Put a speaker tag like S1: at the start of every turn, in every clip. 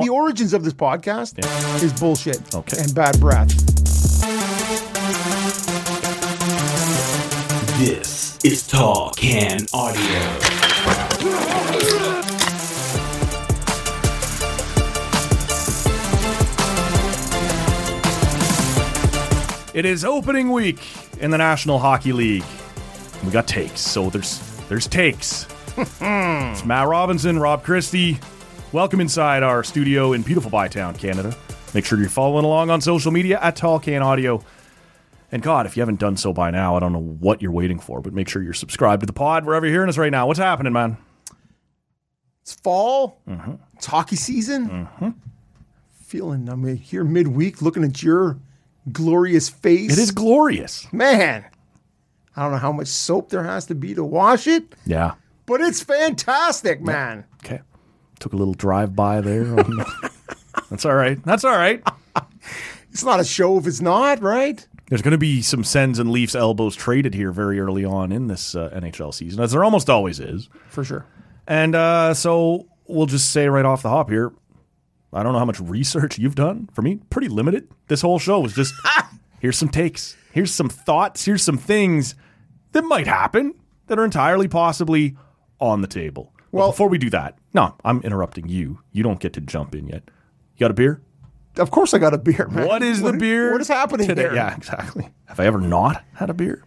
S1: The origins of this podcast is bullshit
S2: Okay.
S1: and bad breath.
S3: This is Talk Can Audio.
S2: It is opening week in the National Hockey League. We got takes, so there's there's takes. it's Matt Robinson, Rob Christie. Welcome inside our studio in beautiful Bytown, Canada. Make sure you're following along on social media at Tall Can Audio. And God, if you haven't done so by now, I don't know what you're waiting for, but make sure you're subscribed to the pod wherever you're hearing us right now. What's happening, man?
S1: It's fall.
S2: Mm-hmm.
S1: It's hockey season. Feeling I'm here midweek, looking at your glorious face.
S2: It is glorious.
S1: man. I don't know how much soap there has to be to wash it,
S2: Yeah.
S1: but it's fantastic, man.
S2: Okay. Took a little drive by there. on- That's all right. That's all right.
S1: It's not a show if it's not, right?
S2: There's going to be some Sens and Leafs elbows traded here very early on in this uh, NHL season, as there almost always is.
S1: For sure.
S2: And uh, so we'll just say right off the hop here I don't know how much research you've done. For me, pretty limited. This whole show was just here's some takes, here's some thoughts, here's some things that might happen that are entirely possibly on the table. Well,
S1: Well-
S2: before we do that, no, I'm interrupting you. You don't get to jump in yet. You got a beer?
S1: Of course, I got a beer, man.
S2: What is the beer?
S1: What is happening
S2: today?
S1: here?
S2: Yeah, exactly. Have I ever not had a beer?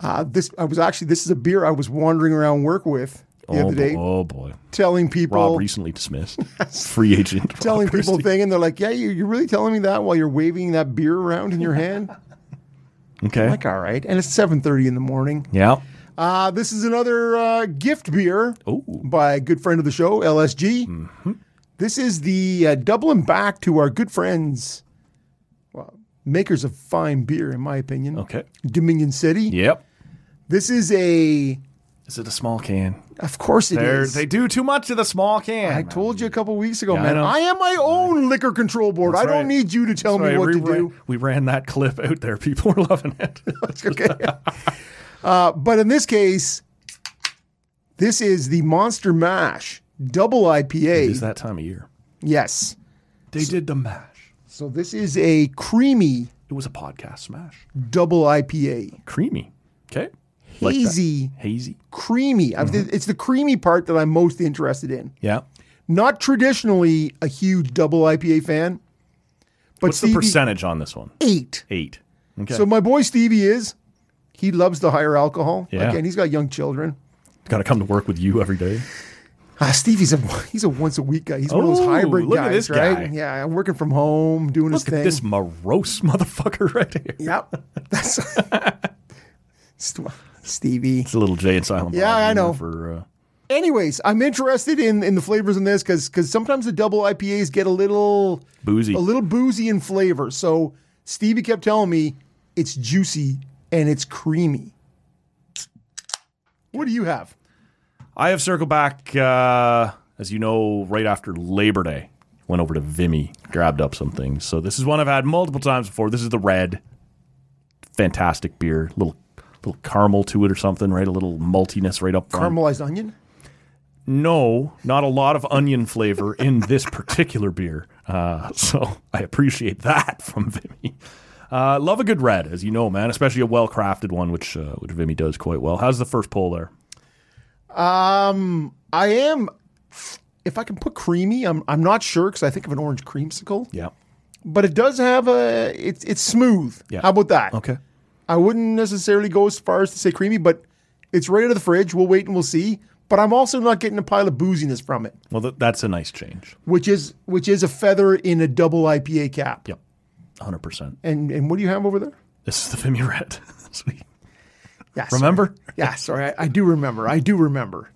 S1: Uh, this I was actually this is a beer I was wandering around work with the
S2: oh,
S1: other day,
S2: Boy, oh boy.
S1: telling
S2: Rob
S1: people
S2: recently dismissed. Free agent. Rob
S1: telling people
S2: Christie.
S1: thing, and they're like, "Yeah, you, you're really telling me that while you're waving that beer around in your hand."
S2: Okay.
S1: like, all right, and it's 7:30 in the morning.
S2: yeah.
S1: Uh, this is another uh, gift beer
S2: Ooh.
S1: by a good friend of the show, LSG.
S2: Mm-hmm.
S1: This is the uh, doubling back to our good friends, well, makers of fine beer, in my opinion.
S2: Okay.
S1: Dominion City.
S2: Yep.
S1: This is a,
S2: Is it a small can?
S1: of course it is.
S2: They're- They do too much to the small can.
S1: I
S2: man.
S1: told you a couple weeks ago,
S2: Yeah, I
S1: man.
S2: know.
S1: I, am my own liquor control board. I
S2: right.
S1: don't need you to tell
S2: Sorry,
S1: me what
S2: we
S1: to
S2: ran,
S1: do.
S2: We ran that clip out there. People were loving it.
S1: It's okay. uh, but in this case, this is the Monster Mash Double IPA.
S2: it's that time of year.
S1: yes.
S2: They did the mash.
S1: So this is a creamy
S2: It was a podcast smash.
S1: double IPA,
S2: Creamy. Okay. Like that. Mm-hmm.
S1: hazy,
S2: Hazy.
S1: creamy. I've- It's the creamy part that I'm most interested in.
S2: Yeah.
S1: Not traditionally a huge double IPA fan, but
S2: What's the
S1: Stevie-
S2: percentage on this one?
S1: eight.
S2: Eight. Okay.
S1: So my boy Stevie is, he loves the higher alcohol.
S2: Yeah.
S1: Again, he's got young children.
S2: Got to come to work with you every day.
S1: Ah, Stevie's a he's a once a week guy. He's one of those
S2: Oh,
S1: hybrid
S2: look at
S1: guys,
S2: this
S1: right?
S2: guy.
S1: Yeah, I'm working from home, doing his
S2: Look
S1: thing.
S2: at this morose motherfucker right here.
S1: Yep. That's St- Stevie.
S2: It's a little Jay and Silent Bob
S1: Yeah, I
S2: humor
S1: know.
S2: For uh,
S1: Anyways, I'm interested in in the flavors in this because because sometimes the double IPAs get a little
S2: boozy.
S1: a little boozy in flavor. So Stevie kept telling me it's juicy and it's creamy. What do you have?
S2: I have circled back, uh, as you know, right after Labor Day. Went over to Vimy, grabbed up some things. So this is one I've had multiple times before. This is the red, fantastic beer. Little little caramel to it or something, right? A little maltiness right up front.
S1: Caramelized onion.
S2: no, not a lot of onion flavor in this particular beer. Uh, so I appreciate that from Vimy. Uh, love a good red, as you know, man, especially a well crafted one, which uh, which Vimy does quite well. How's the first poll there?
S1: I am. If I can put creamy, I'm I'm not sure because I think of an orange creamsicle,
S2: Yeah.
S1: but it does have a it's it's smooth.
S2: Yeah.
S1: How about that?
S2: Okay.
S1: I wouldn't necessarily go as far as to say creamy, but it's right out of the fridge. We'll wait and we'll see. But I'm also not getting a pile of booziness from it,
S2: Well, th- that's a nice change.
S1: which is which is a feather in a double IPA cap.
S2: Yep. 100%.
S1: And and what do you have over there?
S2: This is the Vimy Red. Sweet.
S1: Yes.
S2: Remember?
S1: Yeah, sorry. I, I do remember. I do remember.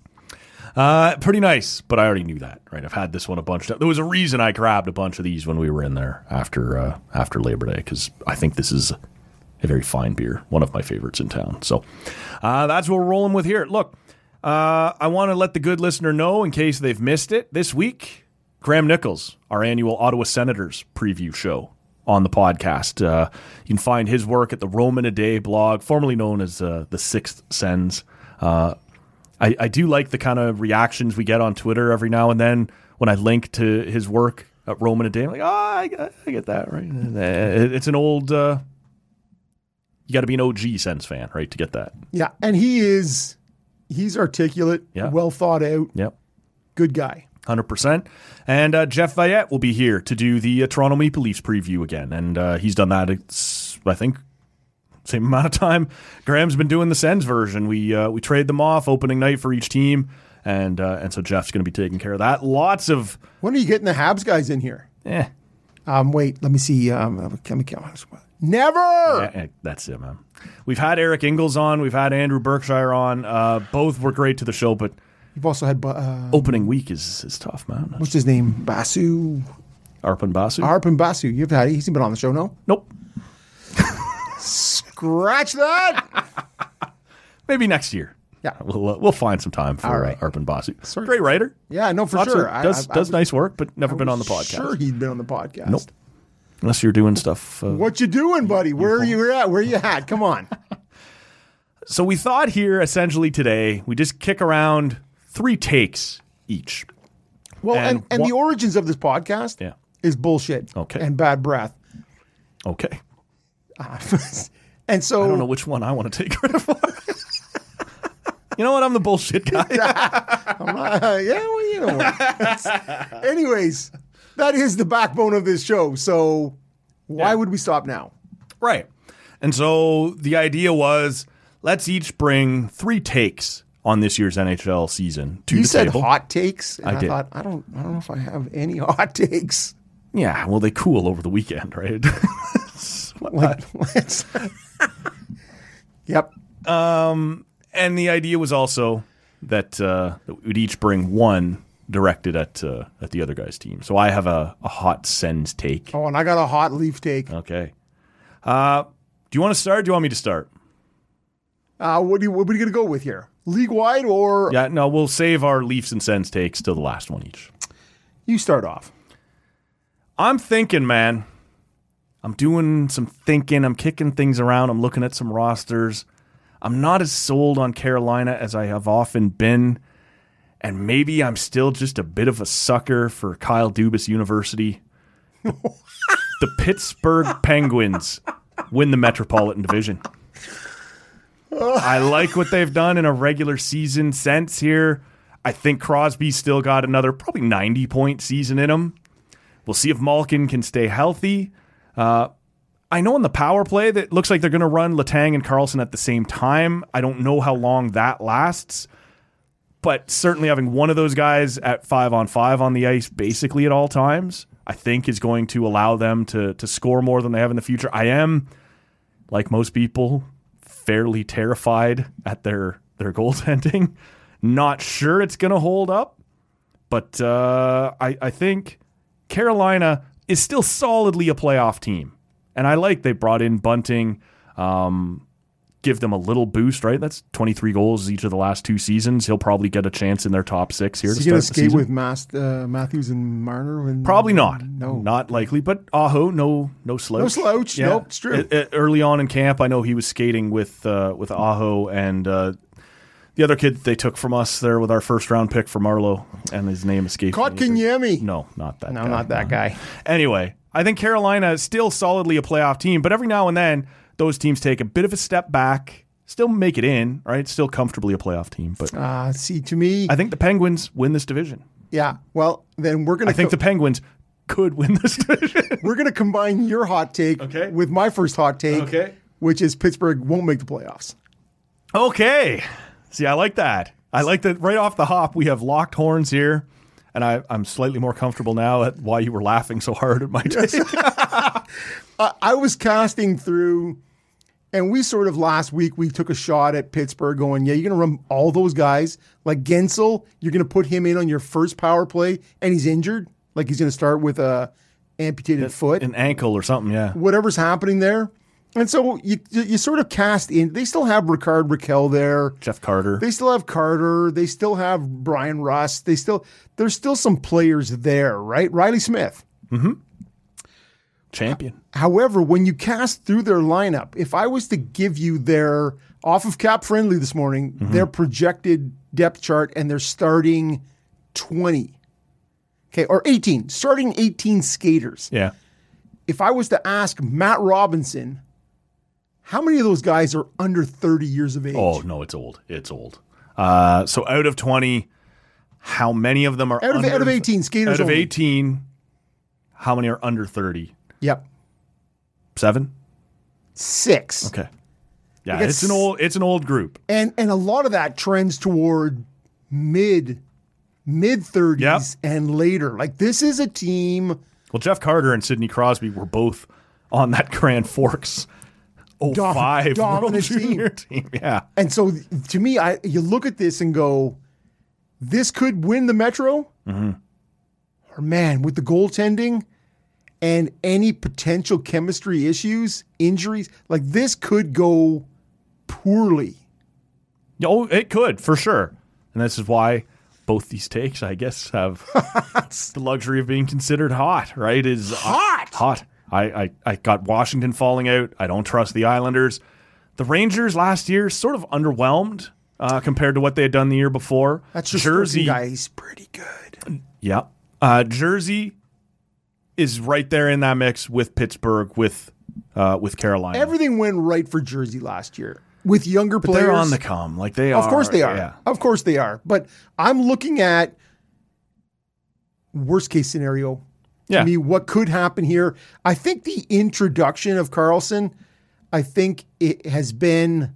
S2: Uh, pretty nice, but I already knew that, right? I've had this one a bunch. Of, there was a reason I grabbed a bunch of these when we were in there after uh, after Labor Day because I think this is a very fine beer, one of my favorites in town. So uh, that's what we're rolling with here. Look, uh, I want to let the good listener know in case they've missed it this week. Graham Nichols, our annual Ottawa Senators preview show on the podcast. Uh, you can find his work at the Roman a Day blog, formerly known as uh, the Sixth Sens. Uh, I, I do like the kind of reactions we get on Twitter every now and then when I link to his work at Roman a Day, I'm like, oh, I, I get that right. And, uh, it- It's an old. Uh, you got to be an OG Sens fan, right, to get that.
S1: Yeah, and he is he's articulate,
S2: Yeah.
S1: well thought out,
S2: Yep.
S1: good guy.
S2: 100%. And uh, Jeff Vayette will be here to do the uh, Toronto Maple Leafs preview again. And uh, he's done that, it's, I think, same amount of time. Graham's been doing the Sens version. We uh, we trade them off opening night for each team. And uh, and so Jeff's going to be taking care of that. Lots of,
S1: When are you getting the Habs guys in here?
S2: eh,
S1: Um, wait, let me see. Um, uh, can we count? Never.
S2: eh, eh, that's it, man. We've had Eric Ingles on. We've had Andrew Berkshire on. Uh, both were great to the show, but
S1: You've also had bu- uh,
S2: opening week is, is tough, man.
S1: what's his name? Basu
S2: Arpan Basu?
S1: Arpan Basu. You've had he's been on the show, no?
S2: nope.
S1: Scratch that.
S2: Maybe next year.
S1: Yeah.
S2: we'll uh, we'll find some time for
S1: All
S2: right.
S1: right.
S2: uh, Arpan Basu. Great writer.
S1: Yeah, no, for
S2: Lots
S1: sure.
S2: of-
S1: I-
S2: does
S1: I- I
S2: does
S1: was-
S2: nice work, but never been
S1: was
S2: on the podcast.
S1: Sure, he'd been on the podcast.
S2: Nope. Unless you're doing stuff. Uh,
S1: What you doing, buddy? Where are you at? Where you at? Come on.
S2: so we thought here essentially today we just kick around three takes each.
S1: Well, and,
S2: And
S1: and, the
S2: what-
S1: origins of this podcast
S2: Yeah.
S1: is bullshit.
S2: Okay.
S1: And bad breath.
S2: Okay.
S1: and so
S2: I don't know which one I want to take credit for. you know what? I'm the bullshit guy.
S1: Uh, yeah, well, you know. what. Anyways, that is the backbone of this show. So why would we stop now?
S2: right. And so the idea was let's each bring three takes on this year's NHL season to
S1: You
S2: the
S1: said
S2: table.
S1: hot takes. And
S2: I
S1: I,
S2: did.
S1: thought I don't. I don't know if I have any hot takes.
S2: Yeah, well, they cool over the weekend, right?
S1: Like, let's- yep.
S2: and the idea was also that, uh, that we'd each bring one directed at uh, at the other guy's team. So I have a, a hot sends take.
S1: Oh, and I got a hot leaf take.
S2: Okay. Uh, do you want to start? Or do you want me to start?
S1: Uh, what, do you, what are we gonna go with here? League wide or
S2: Yeah, no, we'll save our Leafs and sends takes till the last one each.
S1: you start off?
S2: I'm thinking, man. I'm doing some thinking. I'm kicking things around. I'm looking at some rosters. I'm not as sold on Carolina as I have often been. And maybe I'm still just a bit of a sucker for Kyle Dubas University. the Pittsburgh Penguins win the Metropolitan Division. I like what they've done in a regular season sense here. I think Crosby's still got another probably 90 point season in him. We'll see if Malkin can stay healthy. Uh, I know in the power play that it looks like they're going to run Latang and Carlson at the same time. I don't know how long that lasts, but certainly having one of those guys at five on five on the ice basically at all times, I think is going to allow them to to score more than they have in the future. I am, like most people, fairly terrified at their their goaltending. Not sure it's going to hold up, but uh, I, I think Carolina is still solidly a playoff team, and I like they brought in Bunting, um, give them a little boost. Right, that's twenty three goals each of the last two seasons. He'll probably get a chance in their top six here
S1: Is
S2: to
S1: he gonna
S2: start the
S1: skate
S2: season.
S1: with Mas- uh, Matthews and Marner? When,
S2: Probably not.
S1: Mm, No.
S2: not likely. But Aho, no, no slouch.
S1: No slouch. Nope, it's true.
S2: E- e- early on in camp, I know he was skating with uh, with Aho and uh, the other kid they took from us there with our first round pick for Marlowe, and his name escaped. me.
S1: Kotkaniemi.
S2: No, not that.
S1: No,
S2: guy.
S1: not that guy.
S2: Anyway, I think Carolina is still solidly a playoff team, but every now and then those teams take a bit of a step back, still make it in, right? Still comfortably a playoff team, but
S1: Uh, see, to me,
S2: I think the Penguins win this division.
S1: yeah. Well, then we're gonna.
S2: I think
S1: co-
S2: the Penguins could win this division.
S1: We're going to combine your hot take
S2: Okay.
S1: with my first hot take,
S2: Okay.
S1: which is Pittsburgh won't make the playoffs.
S2: okay. See, I like that. I like that right off the hop we have locked horns here. And I, I'm slightly more comfortable now at why you were laughing so hard at my take.
S1: I, I was casting through, and we sort of last week we took a shot at Pittsburgh, going, "Yeah, you're going to run all those guys like Gensel. You're going to put him in on your first power play, and he's injured. Like he's going to start with a amputated foot.
S2: An ankle or something, yeah.
S1: whatever's happening there." And so you you sort of cast in. They still have Ricard Raquel there.
S2: Jeff Carter.
S1: They still have Carter. They still have Brian Rust. They still there's still some players there, right? Riley Smith.
S2: champion.
S1: However, when you cast through their lineup, if I was to give you their off of cap friendly this morning,
S2: Mm-hmm.
S1: their projected depth chart and their starting 20, okay, or 18, starting 18 skaters.
S2: Yeah.
S1: If I was to ask Matt Robinson, how many of those guys are under 30 years of age?
S2: Oh no, it's old. It's old. Uh, so out of twenty, how many of them are
S1: out, of,
S2: under
S1: out of 18 skaters
S2: Out of
S1: only.
S2: eighteen, how many are under thirty?
S1: Yep.
S2: Seven.
S1: Six.
S2: Okay. Yeah,
S1: Like
S2: it's
S1: it's-
S2: an old it's an old group.
S1: And and a lot of that trends toward mid mid 30s and later. Like this is a team
S2: Well, Jeff Carter and Sidney Crosby were both on that Grand Forks 05 World
S1: dominant team.
S2: Junior team. Yeah.
S1: And so th- to me, I you look at this and go, this could win the Metro.
S2: Mm-hmm.
S1: Or man, with the goaltending and any potential chemistry issues, injuries, like this could go poorly.
S2: Oh, it could for sure. And this is why both these takes, I guess, have the luxury of being considered hot, right? Is hot. Hot. I, I, I got Washington falling out. I don't trust the Islanders. The Rangers last year sort of underwhelmed uh, compared to what they had done the year before.
S1: That's just Jersey
S2: Jersey.
S1: guy. He's pretty good.
S2: Yeah. Uh, Jersey is right there in that mix with Pittsburgh, with uh, with Carolina.
S1: Everything went right for Jersey last year with younger players.
S2: They're on the come. Like they are.
S1: Of course they are.
S2: Yeah.
S1: Of course they are. But I'm looking at worst case scenario.
S2: Yeah.
S1: To me, what could happen here? I think the introduction of Carlson, I think it has been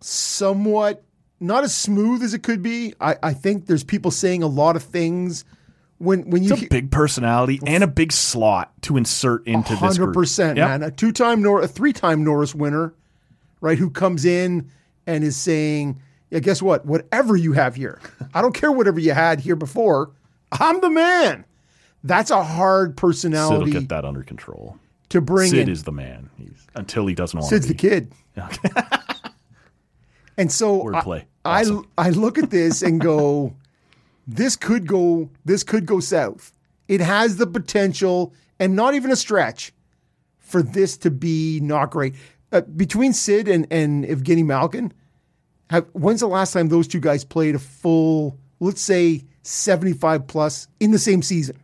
S1: somewhat not as smooth as it could be. I, I think there's people saying a lot of things when when you
S2: It's a big personality and a big slot to insert into this
S1: hundred
S2: group.
S1: percent,
S2: Yep.
S1: man. A two-time Nor, a three-time Norris winner, right? Who comes in and is saying, "Yeah, guess what? Whatever you have here, I don't care whatever you had here before. I'm the man." That's a hard
S2: Sid'll
S1: personality
S2: get that under control.
S1: to bring
S2: Sid
S1: in.
S2: is the man. He's, until he doesn't want
S1: Sid's the
S2: to be.
S1: kid. and so I-
S2: Wordplay.
S1: I,
S2: Awesome.
S1: I look at this and go, this could go this could go south. It has the potential and not even a stretch for this to be not great. Uh, between Sid and and Evgeny Malkin, have, when's the last time those two guys played a full, let's say, seventy five plus in the same season?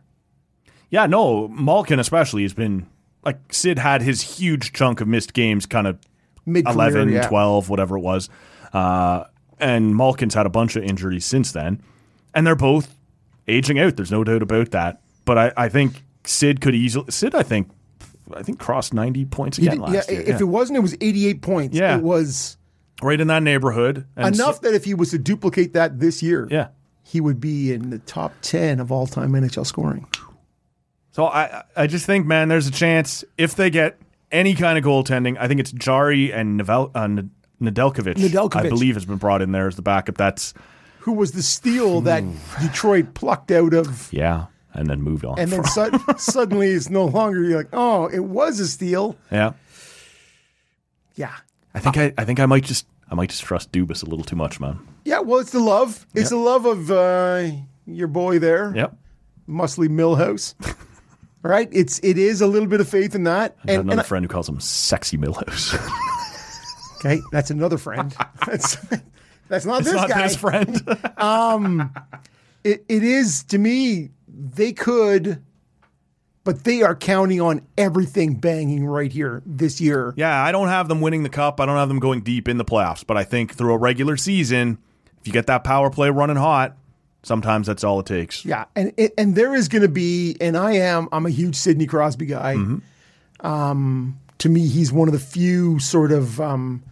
S2: Yeah, no, Malkin especially has been like Sid had his huge chunk of missed games kind of
S1: Mid
S2: 11, 12, whatever it was. Uh, and Malkin's had a bunch of injuries since then. And they're both aging out. There's no doubt about that. But I, I think Sid could easily. Sid, I think, I think crossed 90 points again
S1: yeah,
S2: last year.
S1: if it wasn't, it was eighty eight points.
S2: Yeah.
S1: It was
S2: right in that neighborhood. And
S1: enough
S2: so-
S1: that if he was to duplicate that this year,
S2: yeah.
S1: he would be in the top 10 of all time NHL scoring.
S2: So I, I just think, man, there's a chance if they get any kind of goaltending. I think it's Jari and Nevel, uh, N- Nedeljkovic, I
S1: Nedeljkovic.
S2: believe, has been brought in there as the backup. That's
S1: Who was the steal
S2: Hmm.
S1: that Detroit plucked out of.
S2: yeah, and then moved on.
S1: And then
S2: from-
S1: sud- suddenly it's no longer, you're like, oh, it was a steal.
S2: yeah,
S1: Yeah.
S2: I think I, I think I might just I might just trust Dubas a little too much, man.
S1: Yeah, well, it's the love. It's the love of uh, your boy there,
S2: Yep.
S1: Muscly Millhouse. All right, it's it is a little bit of faith in that,
S2: I got
S1: and,
S2: another
S1: and I-
S2: friend who calls him Sexy Millhouse.
S1: okay, that's another friend. That's that's not
S2: it's
S1: this
S2: not
S1: guy.
S2: this friend.
S1: it, it is to me they could but they are counting on everything banging right here this year
S2: yeah, I don't have them winning the cup. I don't have them going deep in the playoffs. But I think through a regular season, if you get that power play running hot, sometimes that's all it takes.
S1: yeah and it, and there is going to be and i am i'm a huge sidney crosby guy um
S2: Mm-hmm.
S1: to me he's one of the few sort of um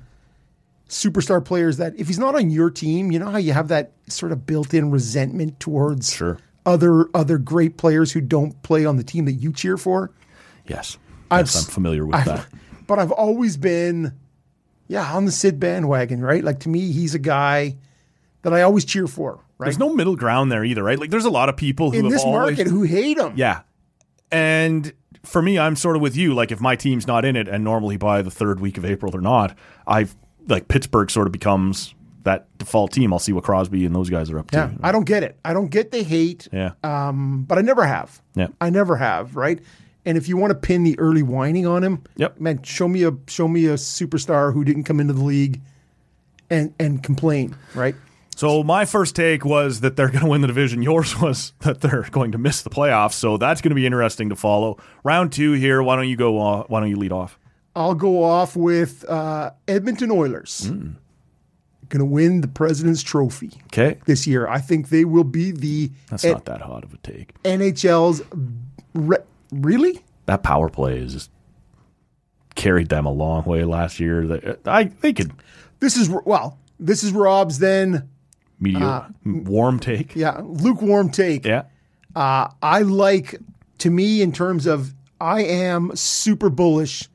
S1: superstar players that if he's not on your team you know how you have that sort of built-in resentment towards
S2: Sure.
S1: other other great players who don't play on the team that you cheer for
S2: Yes.
S1: I've
S2: yes,
S1: s-
S2: I'm familiar with that.
S1: but I've always been, yeah, on the Sid bandwagon, right? Like to me, he's a guy that I always cheer for, right?
S2: There's no middle ground there either, right? Like there's a lot of people who
S1: In
S2: have
S1: this
S2: always,
S1: market, who hate him?
S2: Yeah. And for me, I'm sort of with you. Like if my team's not in it and normally by the third week of April they're not, I've like Pittsburgh sort of becomes that default team. I'll see what Crosby and those guys are up
S1: yeah.
S2: to.
S1: I don't get it. I don't get the hate,
S2: Yeah.
S1: um, but I never have.
S2: Yeah.
S1: I never have, right? And if you want to pin the early whining on him,
S2: Yep.
S1: man, show me a show me a superstar who didn't come into the league and and complain, right?
S2: So my first take was that they're going to win the division. Yours was that they're going to miss the playoffs. So that's going to be interesting to follow. Round two here. Why don't you go? Uh, why don't you lead off?
S1: I'll go off with uh, Edmonton Oilers.
S2: Mm.
S1: Going to win the President's Trophy
S2: Okay,
S1: this year. I think they will be the
S2: that's
S1: N-
S2: not that hot of a take.
S1: NHL's. Re- really?
S2: That power play has just carried them a long way last year. They, I they could
S1: This is well. This is Rob's then.
S2: media warm take.
S1: Ah. Yeah, lukewarm take.
S2: Yeah,
S1: Uh, I like to me in terms of I am super bullish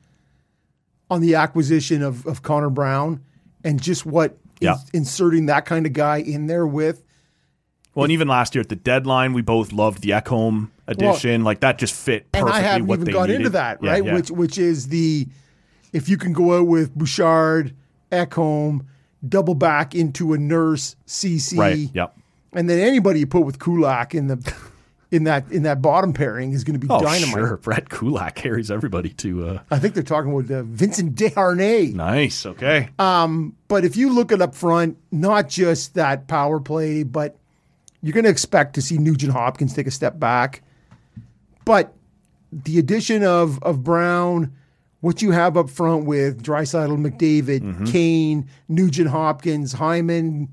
S1: on the acquisition of of Connor Brown and just what
S2: Yeah.
S1: ins- inserting that kind of guy in there with.
S2: Well, and even last year at the deadline, we both loved the Ekholm edition. like that just fit
S1: and
S2: perfectly
S1: I haven't
S2: what
S1: even
S2: they
S1: got
S2: needed.
S1: into that,
S2: Yeah,
S1: right?
S2: yeah.
S1: Which which is the if you can go out with Bouchard, Ekholm, double back into a nurse, CC,
S2: right? Yep.
S1: and then anybody you put with Kulak in the in that in that bottom pairing is going to be
S2: Oh,
S1: dynamite.
S2: sure. Brett Kulak carries everybody to uh,
S1: I think they're talking about uh, Vincent Deharnay.
S2: nice. Okay.
S1: But if you look it up front, not just that power play, but you're going to expect to see Nugent Hopkins take a step back. But the addition of of Brown, what you have up front with Drysaddle, McDavid, Kane, Nugent Hopkins, Hyman,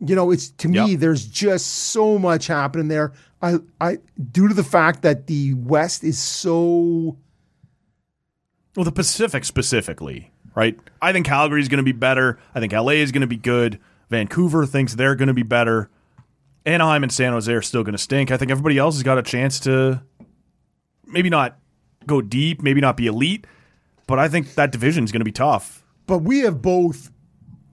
S1: you know, it's to me
S2: Yep.
S1: there's just so much happening there. I I due to the fact that the West is so
S2: Well, the Pacific specifically, right? I think Calgary's going to be better. I think LA is going to be good. Vancouver thinks they're going to be better. Anaheim and San Jose are still going to stink. I think everybody else has got a chance to maybe not go deep, maybe not be elite, but I think that division is going to be tough.
S1: but we have both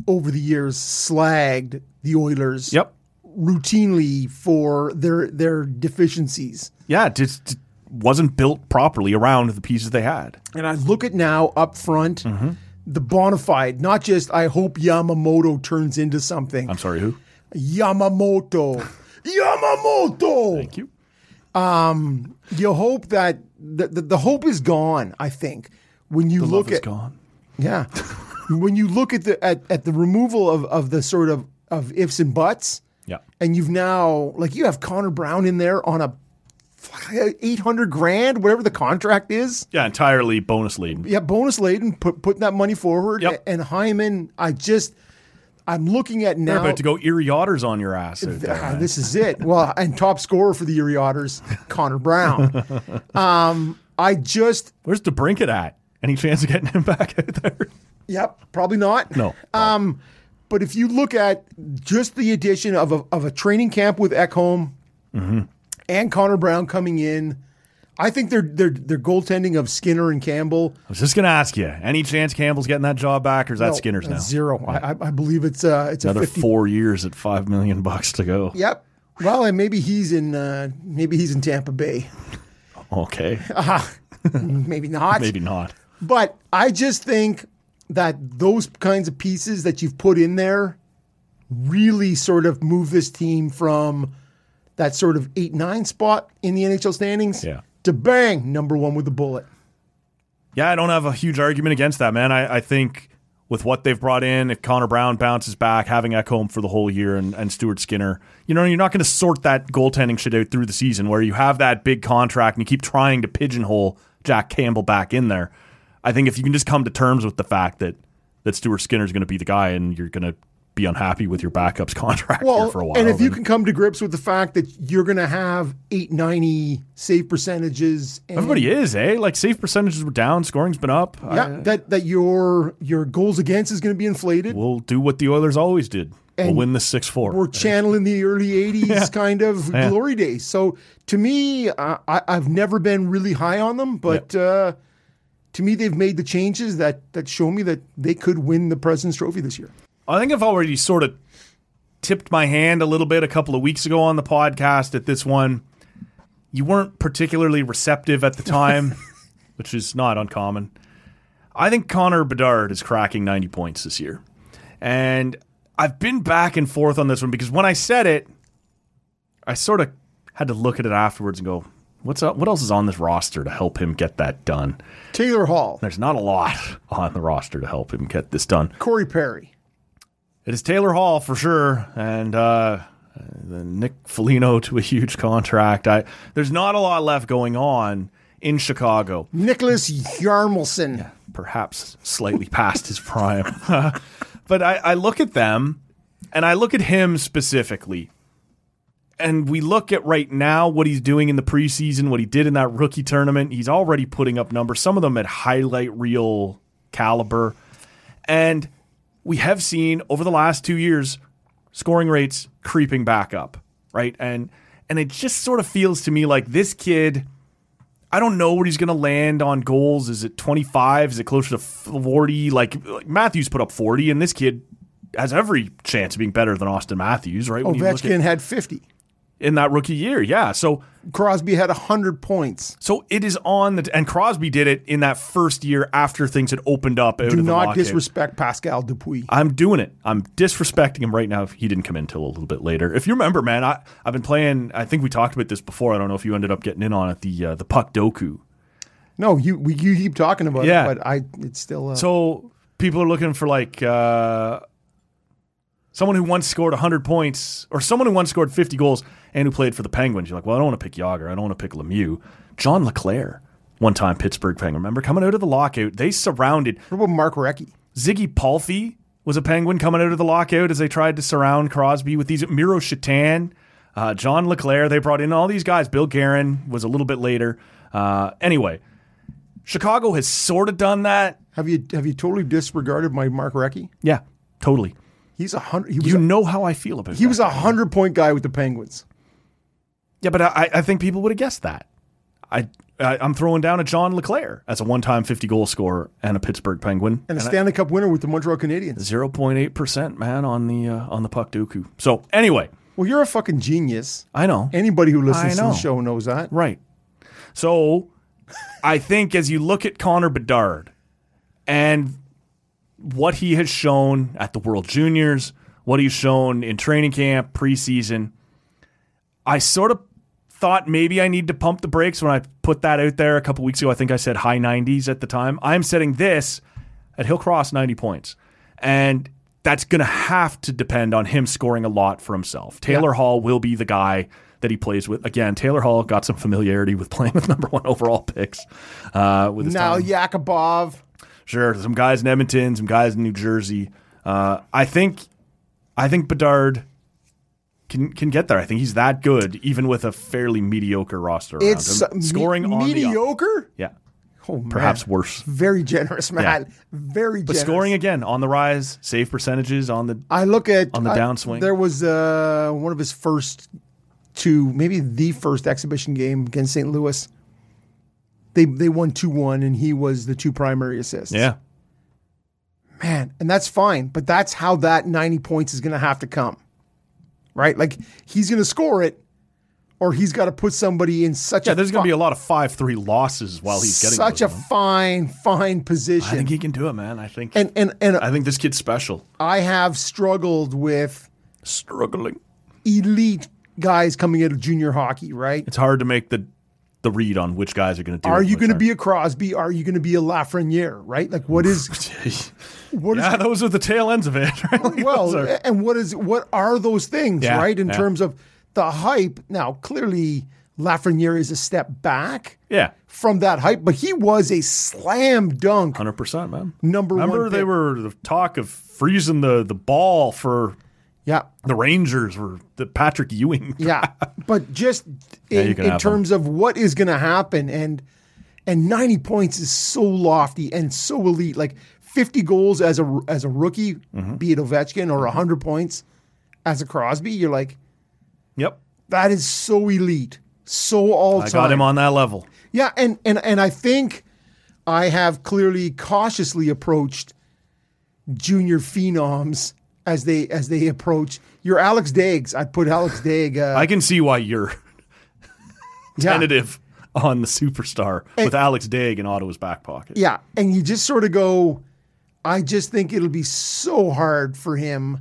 S1: over the years slagged the Oilers
S2: Yep.
S1: routinely for their their deficiencies.
S2: Yeah, it just wasn't built properly around the pieces they had.
S1: And I look at now up front
S2: Mm-hmm.
S1: the bona fide, not just I hope Yamamoto turns into something.
S2: I'm sorry, who?
S1: Yamamoto. Yamamoto.
S2: Thank you.
S1: You hope that the, the, the hope is gone, I think. When you look
S2: Love is
S1: at
S2: gone.
S1: Yeah. when you look at the at, at the removal of, of the sort of, of ifs and buts,
S2: Yeah.
S1: and you've now like you have Connor Brown in there on a eight hundred grand, whatever the contract is.
S2: Yeah, entirely bonus lead.
S1: Yeah, bonus laden, put putting that money forward.
S2: Yep.
S1: And Hyman, I just I'm looking at
S2: They're
S1: now.
S2: about to go Erie Otters on your ass. out there,
S1: Ah,
S2: man.
S1: this is it. Well, and top scorer for the Erie Otters, Connor Brown. um, I just
S2: Where's DeBrinket at? Any chance of getting him back out there?
S1: yep, probably not.
S2: No.
S1: Um, but if you look at just the addition of a, of a training camp with Ekholm
S2: Mm-hmm.
S1: and Connor Brown coming in, I think their their their goaltending of Skinner and Campbell.
S2: I was just going to ask you. Any chance Campbell's getting that job back, or is that Skinner's now?
S1: Oh, zero. I, I I believe it's uh it's
S2: Another
S1: a fifty.
S2: four years at five million bucks to go.
S1: Yep. Well, and maybe he's in uh, maybe he's in Tampa Bay.
S2: Okay,
S1: Maybe not.
S2: maybe not.
S1: But I just think that those kinds of pieces that you've put in there really sort of move this team from that sort of eight nine spot in the NHL standings
S2: Yeah.
S1: to bang number one with a bullet.
S2: Yeah, I don't have a huge argument against that, man. I, I think with what they've brought in, if Connor Brown bounces back, having Ekholm for the whole year and, and Stuart Skinner, you know, you're not going to sort that goaltending shit out through the season where you have that big contract and you keep trying to pigeonhole Jack Campbell back in there. I think if you can just come to terms with the fact that that Stuart Skinner is going to be the guy and you're going to be unhappy with your backups contract here
S1: Well,
S2: for a while.
S1: and if you
S2: then-
S1: can come to grips with the fact that you're going to have eight ninety save percentages, and
S2: Everybody is, eh? Like save percentages were down, scoring's been up.
S1: yeah,
S2: I-
S1: that that your your goals against is going to be inflated.
S2: we'll do what the Oilers always did. We'll
S1: And
S2: win this six four.
S1: We're channeling the early 80s kind of
S2: Yeah.
S1: glory days. So to me, uh, I, I've never been really high on them, but uh, to me, they've made the changes that, that show me that they could win the President's Trophy this year.
S2: I think I've already sort of tipped my hand a little bit a couple of weeks ago on the podcast at this one. You weren't particularly receptive at the time, which is not uncommon. I think Connor Bedard is cracking 90 points this year. And I've been back and forth on this one because when I said it, I sort of had to look at it afterwards and go, what's up? What else is on this roster to help him get that done?
S1: Taylor Hall,
S2: There's not a lot on the roster to help him get this done.
S1: Corey Perry.
S2: It is Taylor Hall for sure, and uh, the Nick Foligno to a huge contract. I there's not a lot left going on in Chicago.
S1: Nicholas Yarmelson.
S2: Perhaps slightly past his prime, but I, I look at them, and I look at him specifically, and we look at right now what he's doing in the preseason, what he did in that rookie tournament. He's already putting up numbers, some of them at highlight reel caliber. And we have seen over the last two years scoring rates creeping back up, right? And and it just sort of feels to me like this kid I don't know where he's going to land on goals. Is it 25? Is it closer to 40? Like, like Matthews put up 40 and this kid has every chance of being better than Austin Matthews, right? When you look at-
S1: Oh, Ovechkin had 50.
S2: in that rookie year. Yeah. So
S1: Crosby had 100 points.
S2: so it is on the and Crosby did it in that first year after things had opened up. Out
S1: Do
S2: of the
S1: not
S2: lock-in.
S1: disrespect Pascal Dupuis.
S2: I'm doing it. I'm disrespecting him right now. He didn't come in till a little bit later. If you remember, man, I I've been playing. I think we talked about this before. I don't know if you ended up getting in on it. The uh, the puck doku.
S1: No, you we, you keep talking about
S2: Yeah.
S1: it, but I it's still uh,
S2: So people are looking for like uh, someone who once scored 100 points or someone who once scored 50 goals and who played for the Penguins. You're like, well, I don't want to pick Yager. I don't want to pick Lemieux. John LeClaire, one time Pittsburgh Penguin. Remember coming out of the lockout, they surrounded
S1: What about Mark Recchi?
S2: Ziggy Palfy was a Penguin coming out of the lockout as they tried to surround Crosby with these Miro Chitan, uh, John LeClaire. They brought in all these guys. Bill Guerin was a little bit later. Uh, anyway, Chicago has sort of done that.
S1: Have you have you totally disregarded my Mark Recchi?
S2: Yeah, totally.
S1: He's a hundred. He was
S2: You
S1: a,
S2: know how I feel about
S1: he
S2: that.
S1: was a hundred point guy with the Penguins.
S2: Yeah, but I, I think people would have guessed that. I, I I'm throwing down a John LeClaire as a one-time 50 goal scorer and a Pittsburgh Penguin.
S1: and a Stanley Cup winner with the Montreal Canadiens.
S2: 0.8% man on the uh, on the puck dooku. So, anyway,
S1: Well, you're a fucking genius.
S2: I know.
S1: Anybody who listens to
S2: I know.
S1: the show knows that.
S2: Right. So I think as you look at Connor Bedard and what he has shown at the World Juniors, what he's shown in training camp, preseason, I sort of thought maybe I need to pump the brakes when I put that out there a couple weeks ago. I think I said high 90s at the time. I'm setting this at he'll cross 90 points. And that's going to have to depend on him scoring a lot for himself. Taylor Hall will be the guy that he plays with. Again, Taylor Hall got some familiarity with playing with number one overall picks. Uh, with his
S1: Now
S2: time. Uh,
S1: Yakubov,
S2: Sure, some guys in Edmonton, some guys in New Jersey. Uh, I think, I think Bedard can can get there. I think he's that good, even with a fairly mediocre roster. Around
S1: it's uh,
S2: him. scoring
S1: me-
S2: on the up.
S1: mediocre.
S2: yeah,
S1: oh,
S2: perhaps
S1: man.
S2: worse.
S1: very generous, man. Very
S2: But
S1: generous.
S2: scoring again on the rise, save percentages on the
S1: I look at
S2: on the
S1: I-
S2: downswing.
S1: There was uh, one of his first two, maybe the first exhibition game against St. Louis. They they won two one, and he was the two primary assists.
S2: yeah.
S1: man, and that's fine, but that's how that 90 points is going to have to come. Right? Like he's going to score it or he's got to put somebody in such
S2: Yeah,
S1: a
S2: there's going to be
S1: fi-
S2: a lot of five three losses while he's getting
S1: such
S2: those,
S1: a
S2: man.
S1: fine fine
S2: I
S1: position.
S2: think he can do it, man. I think.
S1: and and and
S2: I think this kid's special.
S1: I have struggled with
S2: Struggling.
S1: elite guys coming out of junior hockey, right?
S2: It's hard to make the the read on which guys are going to do.
S1: Are
S2: it,
S1: you
S2: which
S1: going to
S2: aren't.
S1: be a Crosby? Are you going to be a Lafreniere, right? Like what is what is
S2: yeah, those are the tail ends of it. Right? Like,
S1: well
S2: those are-
S1: and what is what are those things
S2: Yeah,
S1: right in
S2: yeah.
S1: terms of the hype now clearly lafreniere is a step back
S2: yeah,
S1: from that hype but he was a slam dunk
S2: hundred percent, man.
S1: number
S2: Remember,
S1: one
S2: they
S1: pick.
S2: were the talk of freezing the the ball for
S1: yeah
S2: the Rangers, were the Patrick Ewing.
S1: yeah but just
S2: you
S1: in,
S2: can
S1: in
S2: have 'em.
S1: terms of what is going to happen and and 90 points is so lofty and so elite like 50 goals as a as a rookie
S2: Mm-hmm.
S1: be it Ovechkin or 100 points as a Crosby you're like
S2: Yep,
S1: that is so elite so all
S2: I
S1: time
S2: got him on that level.
S1: Yeah, and and and I think I have clearly cautiously approached junior phenoms as they as they approach your Alex Daggs. I'd put Alex Daig. Uh,
S2: I can see why you're
S1: yeah,
S2: tentative on the superstar with Alex Digg in Ottawa's back pocket.
S1: Yeah, and you just sort of go. I just think it'll be so hard for him.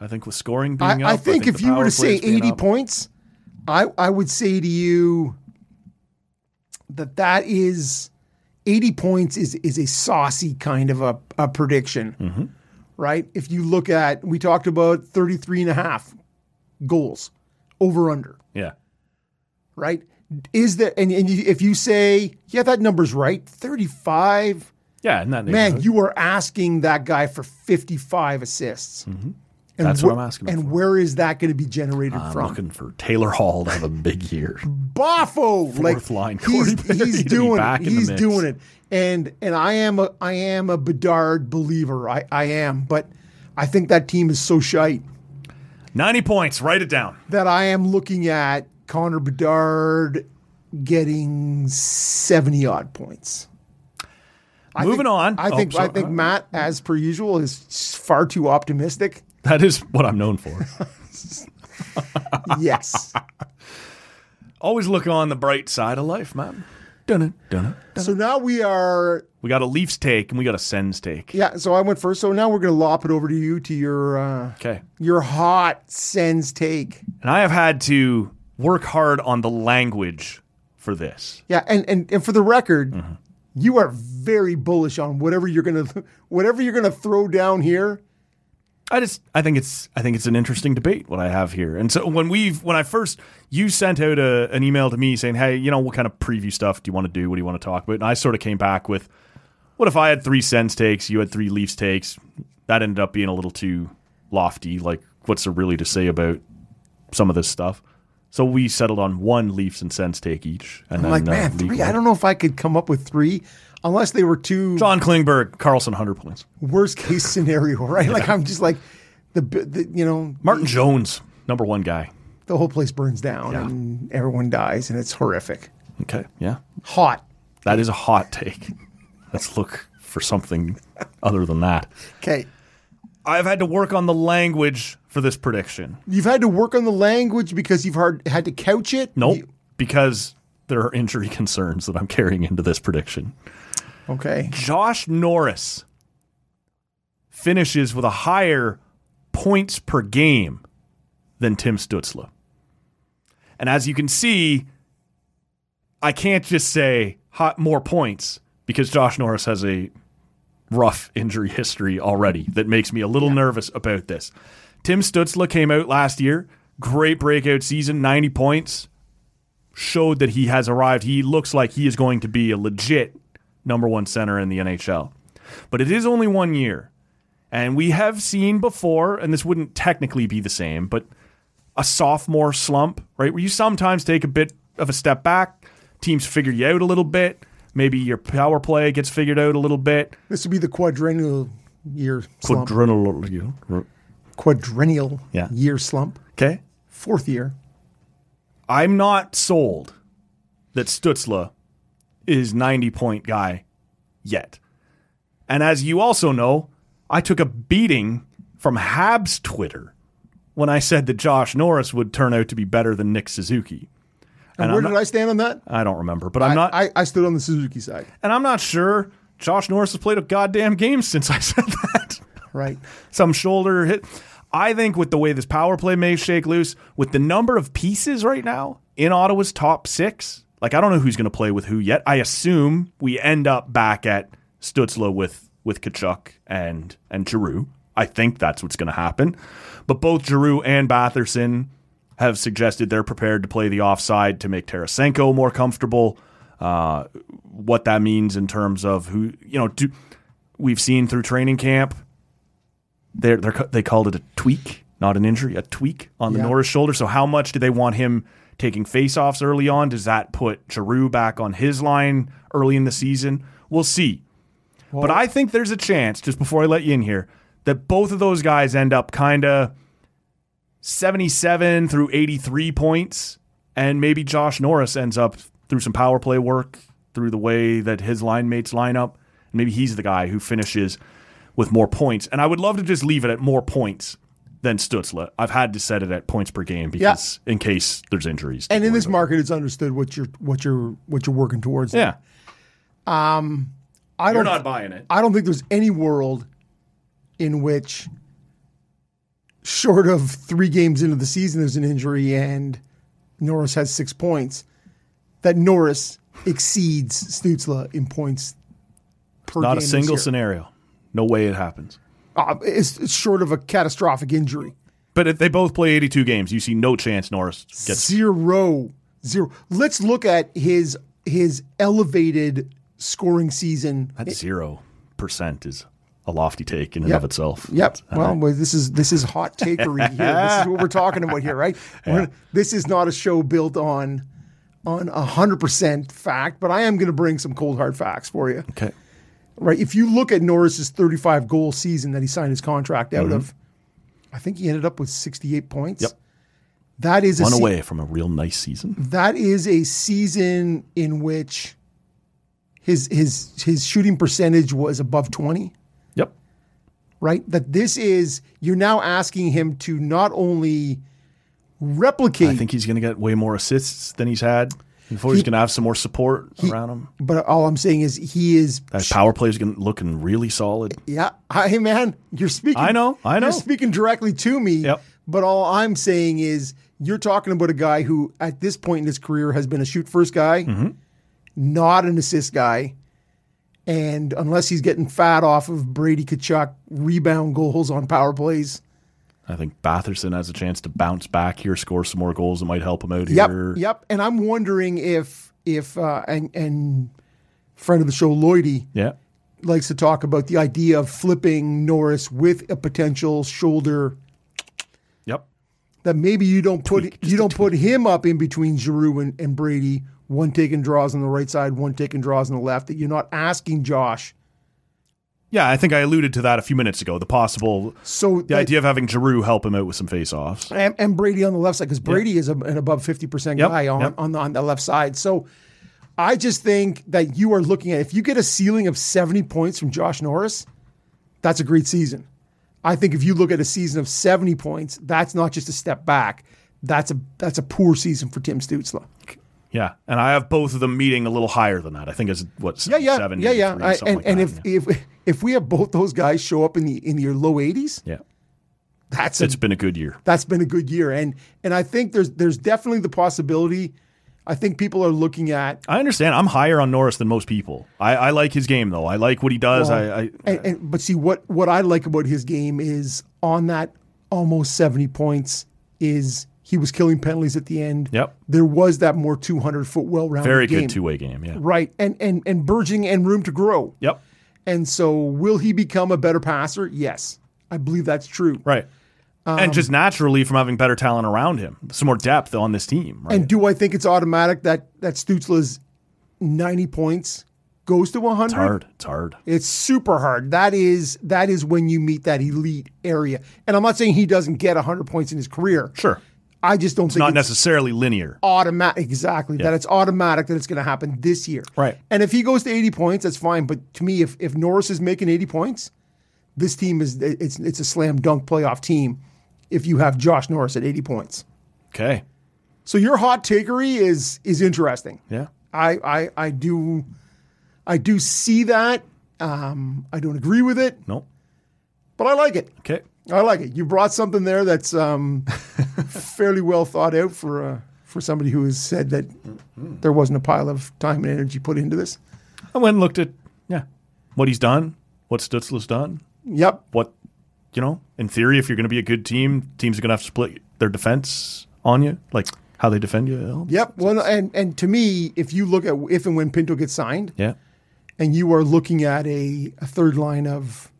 S2: I think with scoring being
S1: I,
S2: up,
S1: I think if
S2: the
S1: you
S2: power
S1: were to say
S2: plays being
S1: eighty
S2: up,
S1: points, I I would say to you that that
S2: Mm-hmm.
S1: is eighty points is is a saucy kind of a, a prediction. right? If you look at, we talked about 33 and a half goals over under,
S2: Yeah.
S1: right? Is there, and, and you- if you say, yeah, that number's right, 35,
S2: Yeah. In that
S1: man,
S2: neighborhood.
S1: you are asking that guy for 55 assists. And
S2: Mm-hmm. That's what I'm asking him
S1: And where is that going to be generated
S2: I'm
S1: from?
S2: looking for Taylor Hall to have a big year.
S1: Boffo, like
S2: line
S1: he's,
S2: quarterback. He
S1: he's
S2: to be
S1: doing
S2: back
S1: it.
S2: in the
S1: He's
S2: mix.
S1: doing it. And and I am a I am a Bedard believer. I, I am, but I think that team is so shite
S2: 90 points. Write it down.
S1: that I am looking at Connor Bedard getting seventy odd points. I
S2: Moving
S1: think-
S2: on.
S1: I
S2: Oh,
S1: think I
S2: sorry.
S1: think Matt, as per usual, is far too optimistic.
S2: That is what I'm known for.
S1: Yes.
S2: Always look on the bright side of life, man. Done it. Done it.
S1: so now we are
S2: We got a Leafs take and we got a Sens take.
S1: yeah, so I went first. So now we're gonna lop it over to you to your uh
S2: Okay.
S1: your hot sends take.
S2: And I have had to work hard on the language for this.
S1: Yeah, and and, and for the record,
S2: Mm-hmm.
S1: you are very bullish on whatever you're gonna whatever you're gonna throw down here.
S2: I just I think it's I think it's an interesting debate what I have here. And so when we've when I first you sent out a, an email to me saying, "Hey, you know, what kind of preview stuff do you want to do? What do you want to talk about?" And I sort of came back with, "What if I had three Sens takes, you had three Leafs takes?" That ended up being a little too lofty. Like, what's there really to say about some of this stuff? So we settled on one Leafs and Sens take each. And
S1: I'm
S2: then,
S1: like,
S2: uh,
S1: man,
S2: league
S1: three.
S2: wide.
S1: I don't know if I could come up with three, unless they were two
S2: John Klingberg, Carlson, hundred points.
S1: worst case scenario, right? Like I'm just like the, b- the you know
S2: Martin Jones, number one guy.
S1: the whole place burns down and everyone dies and it's horrific.
S2: Okay, yeah.
S1: Hot.
S2: That is a hot take. Let's look for something other than that.
S1: Okay,
S2: I've had to work on the language for this prediction.
S1: you've had to work on the language because you've hard, had to couch it.
S2: Nope,
S1: You-
S2: because there are injury concerns that I'm carrying into this prediction.
S1: okay.
S2: Josh Norris finishes with a higher points per game than Tim Stutzla. And as you can see, I can't just say hot more points because Josh Norris has a rough injury history already that makes me a little nervous about this. Tim Stutzla came out last year, great breakout season, 90 points, showed that he has arrived. He looks like he is going to be a legit number one center in the NHL. But it is only one year. And we have seen before, and this wouldn't technically be the same, but a sophomore slump, right? Where you sometimes take a bit of a step back, teams figure you out a little bit, maybe your power play gets figured out a little bit.
S1: This would be the quadrennial year slump.
S2: Quadrenal, you know,
S1: quadrennial
S2: Yeah.
S1: year slump.
S2: Okay.
S1: Fourth year.
S2: I'm not sold that Stutzla is 90 point guy yet. And as you also know, I took a beating from Hab's Twitter when I said that Josh Norris would turn out to be better than Nick Suzuki.
S1: And,
S2: And
S1: where
S2: I'm
S1: did I stand on that?
S2: I don't remember, but I'm not
S1: I, I stood on the Suzuki side.
S2: and I'm not sure Josh Norris has played a goddamn game since I said that.
S1: Right.
S2: some shoulder hit. I think with the way this power play may shake loose, with the number of pieces right now in Ottawa's top six, like I don't know who's going to play with who yet. I assume we end up back at Stutzla with with Kachuk and and Giroux. I think that's what's going to happen. But both Giroux and Batherson have suggested they're prepared to play the offside to make Tarasenko more comfortable. Uh, what that means in terms of who you know, do, we've seen through training camp they're, they're, ca- they called it a tweak, not an injury, a tweak on the
S1: Yeah.
S2: Norris shoulder. So how much do they want him taking faceoffs early on? Does that put Giroux back on his line early in the season? We'll see. but I think there's a chance, just before I let you in here, that both of those guys end up kind of 77 through 83 points, and maybe Josh Norris ends up through some power play work, through the way that his line mates line up. Maybe he's the guy who finishes with more points. And I would love to just leave it at more points than Stutzla. I've had to set it at points per game because in case there's injuries. to
S1: And in
S2: worry
S1: this
S2: about.
S1: market, it's understood what you're what you're what you're working towards.
S2: yeah,
S1: I
S2: you're
S1: don't.
S2: not buying it.
S1: I don't think there's any world in which, short of three games into the season, there's an injury and Norris has six points. That Norris exceeds Stutzla in points per
S2: Not
S1: game
S2: a
S1: this
S2: single
S1: year.
S2: scenario. No way it happens.
S1: Uh, it's, it's short of a catastrophic injury.
S2: But if they both play 82 games, you see no chance Norris gets.
S1: Zero. Zero. Let's look at his his elevated scoring season.
S2: That zero percent is a lofty take in and
S1: Yep.
S2: of itself.
S1: Yep.
S2: Uh,
S1: Well, well, this is this is hot takery here. This is what we're talking about here, right? We're- This is not a show built on on hundred percent fact, but I am going to bring some cold hard facts for you,
S2: okay.
S1: right? If you look at Norris's thirty-five goal season that he signed his contract out of, I think he ended up with sixty-eight points.
S2: Mm-hmm. Yep.
S1: That is a
S2: One
S1: se-
S2: away from a real nice season.
S1: that is a season in which his his his shooting percentage was above 20
S2: Yep.
S1: right that this is you're now asking him to not only
S2: I
S1: replicate
S2: think he's going to get way more assists than he's had. Before he's going to have some more support around him.
S1: but all I'm saying is he is
S2: That power play is going looking really solid.
S1: yeah hey man you're speaking
S2: I know, I know.
S1: you're speaking directly to me
S2: Yep.
S1: but all I'm saying is you're talking about a guy who at this point in his career has been a shoot first guy
S2: Mm-hmm.
S1: not an assist guy. And unless he's getting fat off of Brady Kachuk rebound goals on power plays.
S2: I think Batherson has a chance to bounce back here, score some more goals that might help him out
S1: Yep.
S2: here.
S1: Yep. And I'm wondering if if uh, and and friend of the show Lloydie
S2: Yeah.
S1: likes to talk about the idea of flipping Norris with a potential shoulder
S2: Yep.
S1: that maybe you don't put you don't put him up in between Giroux and, and Brady, one taking draws on the right side, one taking draws on the left, that you're not asking Josh.
S2: Yeah, I think I alluded to that a few minutes ago. The possible,
S1: So
S2: the idea of having Giroux help him out with some face-offs.
S1: and, and Brady on the left side because Brady is a, an above fifty percent
S2: Yep,
S1: guy on,
S2: yep.
S1: on the on the left side. So I just think that you are looking at if you get a ceiling of seventy points from Josh Norris, that's a great season. I think if you look at a season of seventy points, that's not just a step back. That's a that's a poor season for Tim Stutzla.
S2: Yeah, and I have both of them meeting a little higher than that. I think it's what
S1: Yeah, yeah,
S2: seven,
S1: yeah, yeah.
S2: 83,
S1: I-
S2: something
S1: and
S2: like
S1: and
S2: that,
S1: if, if if we have both those guys show up in the in your low eighties,
S2: yeah. yeah,
S1: that's a
S2: it's been a good year.
S1: that's been a good year. And and I think there's there's definitely the possibility. I think people are looking at
S2: I understand. I'm higher on Norris than most people. I, I like his game though. I like what he does. I, I
S1: and, and but see what what I like about his game is on that almost 70 points is he was killing penalties at the end.
S2: Yep.
S1: There was that more 200 foot well rounded
S2: very
S1: game.
S2: good two way game. Yeah.
S1: Right. And and and burgeoning and room to grow.
S2: Yep.
S1: And so will he become a better passer? Yes. I believe that's true.
S2: Right.
S1: Um,
S2: and just naturally from having better talent around him, some more depth on this team. Right.
S1: And do I think it's automatic that that Stutzla's 90 points goes to 100?
S2: it's hard. It's hard.
S1: It's super hard. That is that is when you meet that elite area. And I'm not saying he doesn't get 100 points in his career.
S2: Sure.
S1: I just don't think
S2: Not
S1: it's
S2: necessarily linear.
S1: automatic. Exactly. That it's automatic that it's going to happen this year.
S2: Right.
S1: And if he goes to 80 points, that's fine. But to me, if if Norris is making 80 points, this team is it's it's a slam dunk playoff team. If you have Josh Norris at 80 points,
S2: Okay.
S1: so your hot takery is is interesting.
S2: Yeah.
S1: I, I I do I do see that. Um, I don't agree with it,
S2: No.
S1: but I like it.
S2: Okay.
S1: I like it. You brought something there that's um, fairly well thought out for uh, for somebody who has said that there wasn't a pile of time and energy put into this.
S2: I went and looked at yeah what he's done, what Stutzler's done,
S1: Yep.
S2: what you know. In theory, if you're going to be a good team, teams are going to have to split their defense on you, like how they defend you.
S1: Yep. Well, and and to me, if you look at if and when Pinto gets signed,
S2: Yeah.
S1: and you are looking at a, a third line of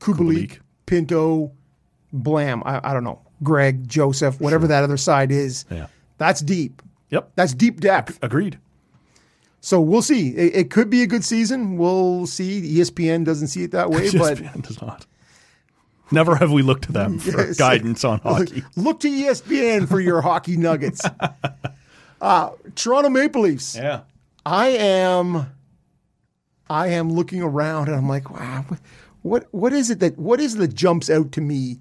S1: Kubalik,
S2: Kubalik.
S1: Pinto, Blam. I, I don't know, Greg, Joseph, whatever that other side is.
S2: Yeah.
S1: That's deep.
S2: Yep.
S1: That's deep depth.
S2: Agreed.
S1: So we'll see. It, it could be a good season. We'll see. E ESPN doesn't see it that way, but
S2: ESPN does not. Never have we looked to them for
S1: Yes.
S2: guidance on hockey.
S1: look to E ESPN for your hockey nuggets. Uh, Toronto Maple Leafs.
S2: Yeah.
S1: I am, I am looking around and I'm like, wow, what, what, what is it that, what is it that jumps out to me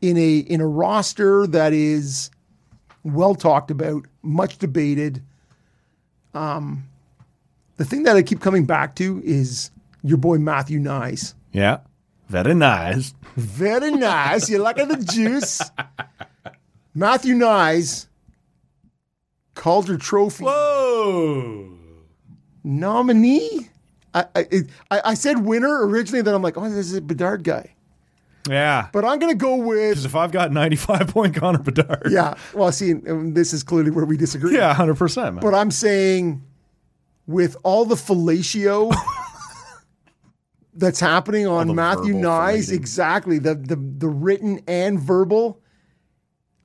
S1: in a in a roster that is well talked about, much debated. Um, the thing that I keep coming back to is your boy Matthew Nice.
S2: Yeah. Very nice.
S1: Very nice. You like the juice. Matthew Nyes, Calder Trophy
S2: Whoa.
S1: nominee. I, I, it- I, I said winner originally, then I'm like, oh, this is a Bedard guy.
S2: Yeah.
S1: But I'm going to go with
S2: Because if I've got 95 point Connor Bedard,
S1: yeah. Well, see, and- and this is clearly where we disagree.
S2: yeah 100%. man.
S1: But I'm saying with all the fellatio that's happening on
S2: the
S1: Matthew
S2: verbal
S1: Nyes,
S2: fellating.
S1: exactly the, the the written and verbal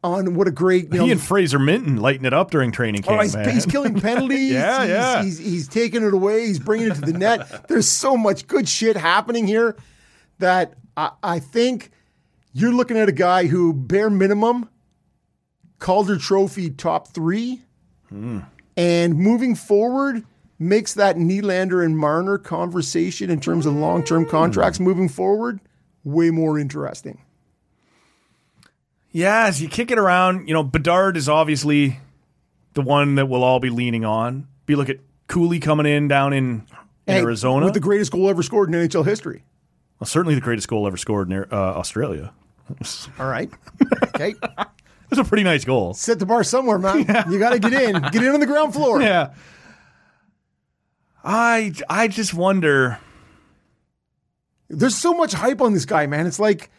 S1: on what a great you know,
S2: he and Fraser Minton lighting it up during training
S1: Oh,
S2: camp.
S1: he's,
S2: man.
S1: he's killing penalties.
S2: Yeah,
S1: he's,
S2: yeah.
S1: He's, he's taking it away. He's bringing it to the net. There's so much good shit happening here that I, I think you're looking at a guy who, bare minimum, Calder Trophy top three,
S2: Hmm.
S1: and moving forward makes that Nylander and Marner conversation in terms of long term
S2: Hmm.
S1: contracts moving forward way more interesting.
S2: Yeah, as you kick it around, you know, Bedard is obviously the one that we'll all be leaning on. But you look at Cooley coming in down in, in
S1: Hey,
S2: Arizona.
S1: with the greatest goal ever scored in NHL history.
S2: well, certainly the greatest goal ever scored in uh, Australia. It's
S1: All right. Okay.
S2: a pretty nice goal.
S1: set the bar somewhere, man. You got to get in. Get in on the ground floor.
S2: Yeah. I I just wonder.
S1: There's so much hype on this guy, man. It's like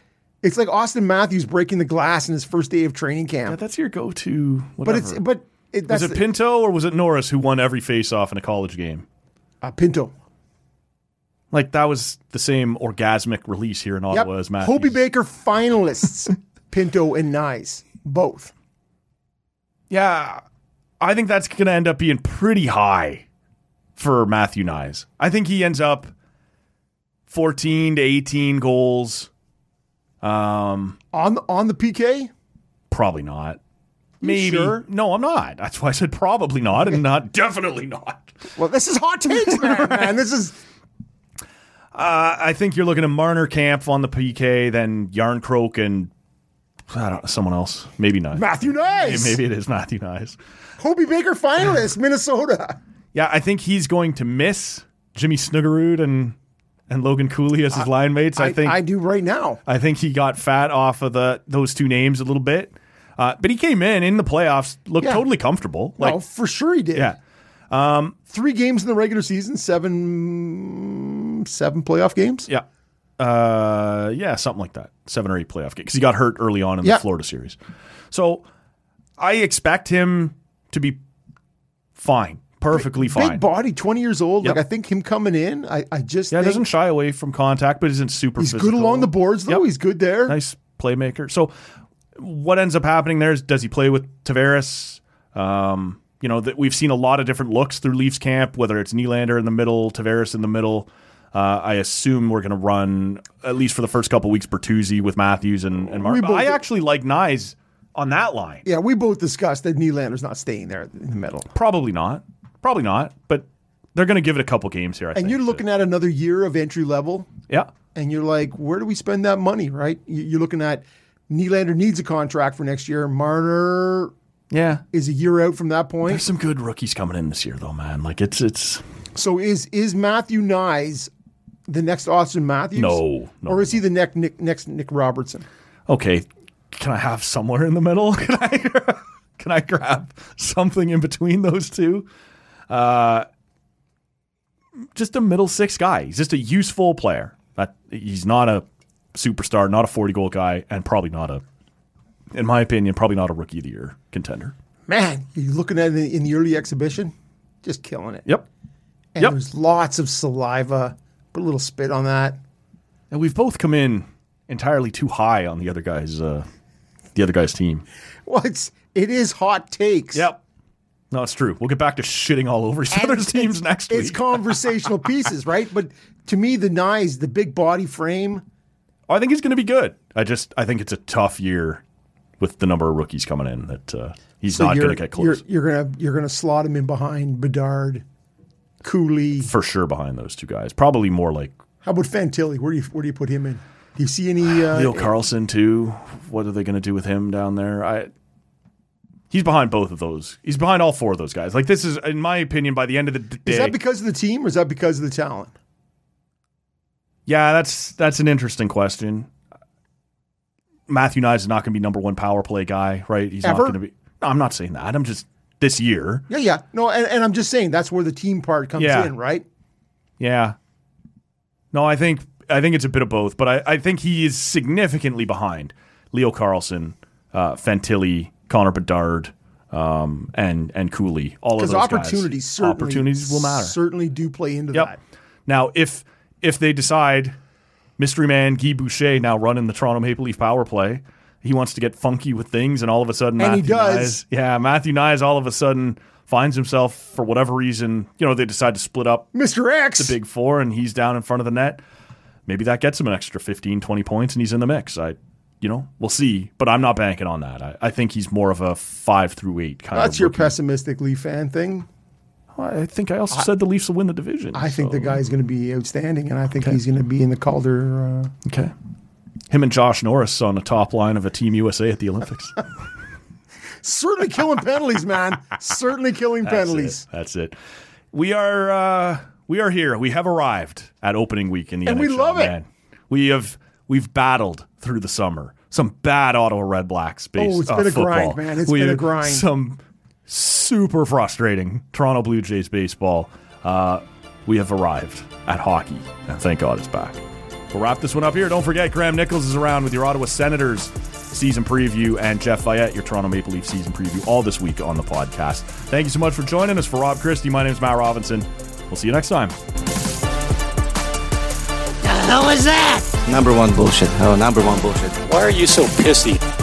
S1: it's like Austin Matthews breaking the glass in his first day of training camp.
S2: That's your go-to.
S1: but
S2: Whatever.
S1: it's but it, that's
S2: was it
S1: the-
S2: Pinto or was it Norris who won every face-off in a college game?
S1: uh, Pinto.
S2: Like that was the same orgasmic release here in
S1: Yep.
S2: Ottawa as Matt.
S1: Hobie Baker finalists. Pinto and Nyes. Both.
S2: Yeah, I think that's going to end up being pretty high for Matthew Nyes. I think he ends up 14 to 18 goals. Um,
S1: On on the PK?
S2: probably not. Maybe.
S1: sure?
S2: No, I'm not. That's why I said probably not and not definitely not.
S1: Well, this is hot takes, man. man. This is
S2: Uh, I think you're looking at Marner Camp on the PK, then Yarncroke and I don't know, someone else. Maybe not.
S1: Matthew Nyes.
S2: Maybe it is Matthew Nyes.
S1: Hobie Baker finalist, Minnesota.
S2: Yeah, I think he's going to miss Jimmy Snuggerud and and Logan Cooley as his line mates. I, think
S1: I
S2: I,
S1: do right now.
S2: think he got fat off of the those two names a little bit, uh, but he came in in the playoffs looked
S1: Yeah.
S2: totally comfortable.
S1: Well,
S2: Like
S1: Oh, for sure he did. Um,
S2: yeah,
S1: Three games in the regular season, seven seven playoff games.
S2: yeah, uh, yeah, something like that. Seven or eight playoff games because he got hurt early on in
S1: Yeah.
S2: the Florida series. So I expect him to be fine, perfectly fine.
S1: Big body, 20 years old.
S2: Yep.
S1: Like, I think him coming in, I, I just
S2: yeah,
S1: think
S2: doesn't shy away from contact, but isn't super.
S1: he's good
S2: physical.
S1: along the boards, though.
S2: Yep.
S1: He's good there.
S2: nice playmaker. So what ends up happening there is does he play with Tavares? Um, you know that we've seen a lot of different looks through Leafs camp, whether it's Nylander in the middle, Tavares in the middle. Uh, I assume we're going to run at least for the first couple weeks Bertuzzi with Matthews and and Mark.
S1: We both-
S2: I actually like Nyes on that line.
S1: Yeah, we both discussed that Nylander's not staying there in the middle.
S2: Probably not. Probably not. But they're going to give it a couple games here. I
S1: And
S2: think.
S1: you're looking at another year of entry level,
S2: yeah.
S1: and you're like, where do we spend that money, right? You- You're looking at Nylander needs a contract for next year. Marner
S2: Yeah.
S1: is a year out from that
S2: There's
S1: point.
S2: some good rookies coming in this year though, man. Like it's it's
S1: So is is Matthew Nyes the next Austin Matthews?
S2: No, no,
S1: Or is he the next Nick, next Nick Robertson?
S2: okay, can I have somewhere in the middle? Can I can I grab something in between those two? Uh, just a middle six guy. He's just a useful player. That he's not a superstar, not a forty goal guy, and probably not a, in my opinion, probably not a rookie of the year contender.
S1: Man, you're looking at it in- in the early exhibition, just killing it.
S2: Yep.
S1: and
S2: Yep.
S1: there's lots of saliva. Put a little spit on that.
S2: And we've both come in entirely too high on the other guy's uh, the other guy's team.
S1: Well, it's it is hot takes.
S2: Yep. No, it's true. We'll get back to shitting all over each other's teams next week.
S1: It's conversational pieces, right? But to me, the knives, the big body frame,
S2: I think he's going to be good. I just I think it's a tough year with the number of rookies coming in that uh, he's not
S1: you're-
S2: going to get close
S1: You're, you're gonna you're gonna slot him in behind Bedard, Cooley.
S2: for sure behind those two guys. Probably more like
S1: How about Fantilli? Where do you where do you put him in? Do you see any? Uh,
S2: Leo Carlson too. What are they going to do with him down there? I he's behind both of those. He's behind all four of those guys. Like this is in my opinion by the end of the d- day.
S1: is that because of the team or is that because of the talent?
S2: yeah, that's that's an interesting question. Matthew Nyes is not going to be number one power play guy, right? He's
S1: Ever?
S2: not going to be. No, I'm not saying that. I'm just this year.
S1: Yeah, yeah. No, and, and I'm just saying that's where the team part comes
S2: Yeah.
S1: in, right?
S2: Yeah. No, I think I think it's a bit of both, but I, I think he is significantly behind Leo Carlson, uh, Fantilli, Connor Bedard, um, and and Cooley. All of
S1: Because
S2: those
S1: opportunities
S2: guys.
S1: certainly
S2: opportunities will matter.
S1: Certainly do play into
S2: Yep.
S1: that.
S2: Now, if if they decide mystery man Guy Boucher now running the Toronto Maple Leaf power play, he wants to get funky with things, and all of a sudden,
S1: And he
S2: Matthew
S1: does.
S2: Nyes- yeah, Matthew Nyes all of a sudden finds himself for whatever reason. You know, they decide to split up
S1: Mr. X.
S2: big four, and he's down in front of the net. Maybe that gets him an extra 15, 20 points, and he's in the mix. I. You know, we'll see, but I'm not banking on that. I, I think he's more of a five through eight kind
S1: That's
S2: of.
S1: your
S2: rookie.
S1: pessimistic Leaf fan thing.
S2: I think I also said the Leafs will win the division.
S1: I think
S2: so-
S1: the guy's going to be outstanding, and I think he's going to be in the Calder. Uh,
S2: Okay. Him and Josh Norris on the top line of a Team USA at the Olympics.
S1: certainly killing penalties, man. Certainly killing penalties.
S2: That's it. We are uh, we are here. We have arrived at opening week in the
S1: And
S2: NHL.
S1: we love it.
S2: man. We have we've battled through the summer. Some bad Ottawa Red Blacks based.
S1: Oh, it's
S2: uh,
S1: been a
S2: football.
S1: grind, man. It's
S2: We
S1: been a
S2: had
S1: grind.
S2: Some super frustrating Toronto Blue Jays baseball. Uh, we have arrived at hockey, and thank God it's back. We'll wrap this one up here. Don't forget, Graham Nichols is around with your Ottawa Senators season preview and Jeff Fayette, your Toronto Maple Leaf season preview, all this week on the podcast. Thank you so much for joining us. For Rob Christie, my name is Matt Robinson. We'll see you next time.
S4: The hell was that?
S5: Number one bullshit. Oh, number one bullshit.
S3: Why are you so pissy?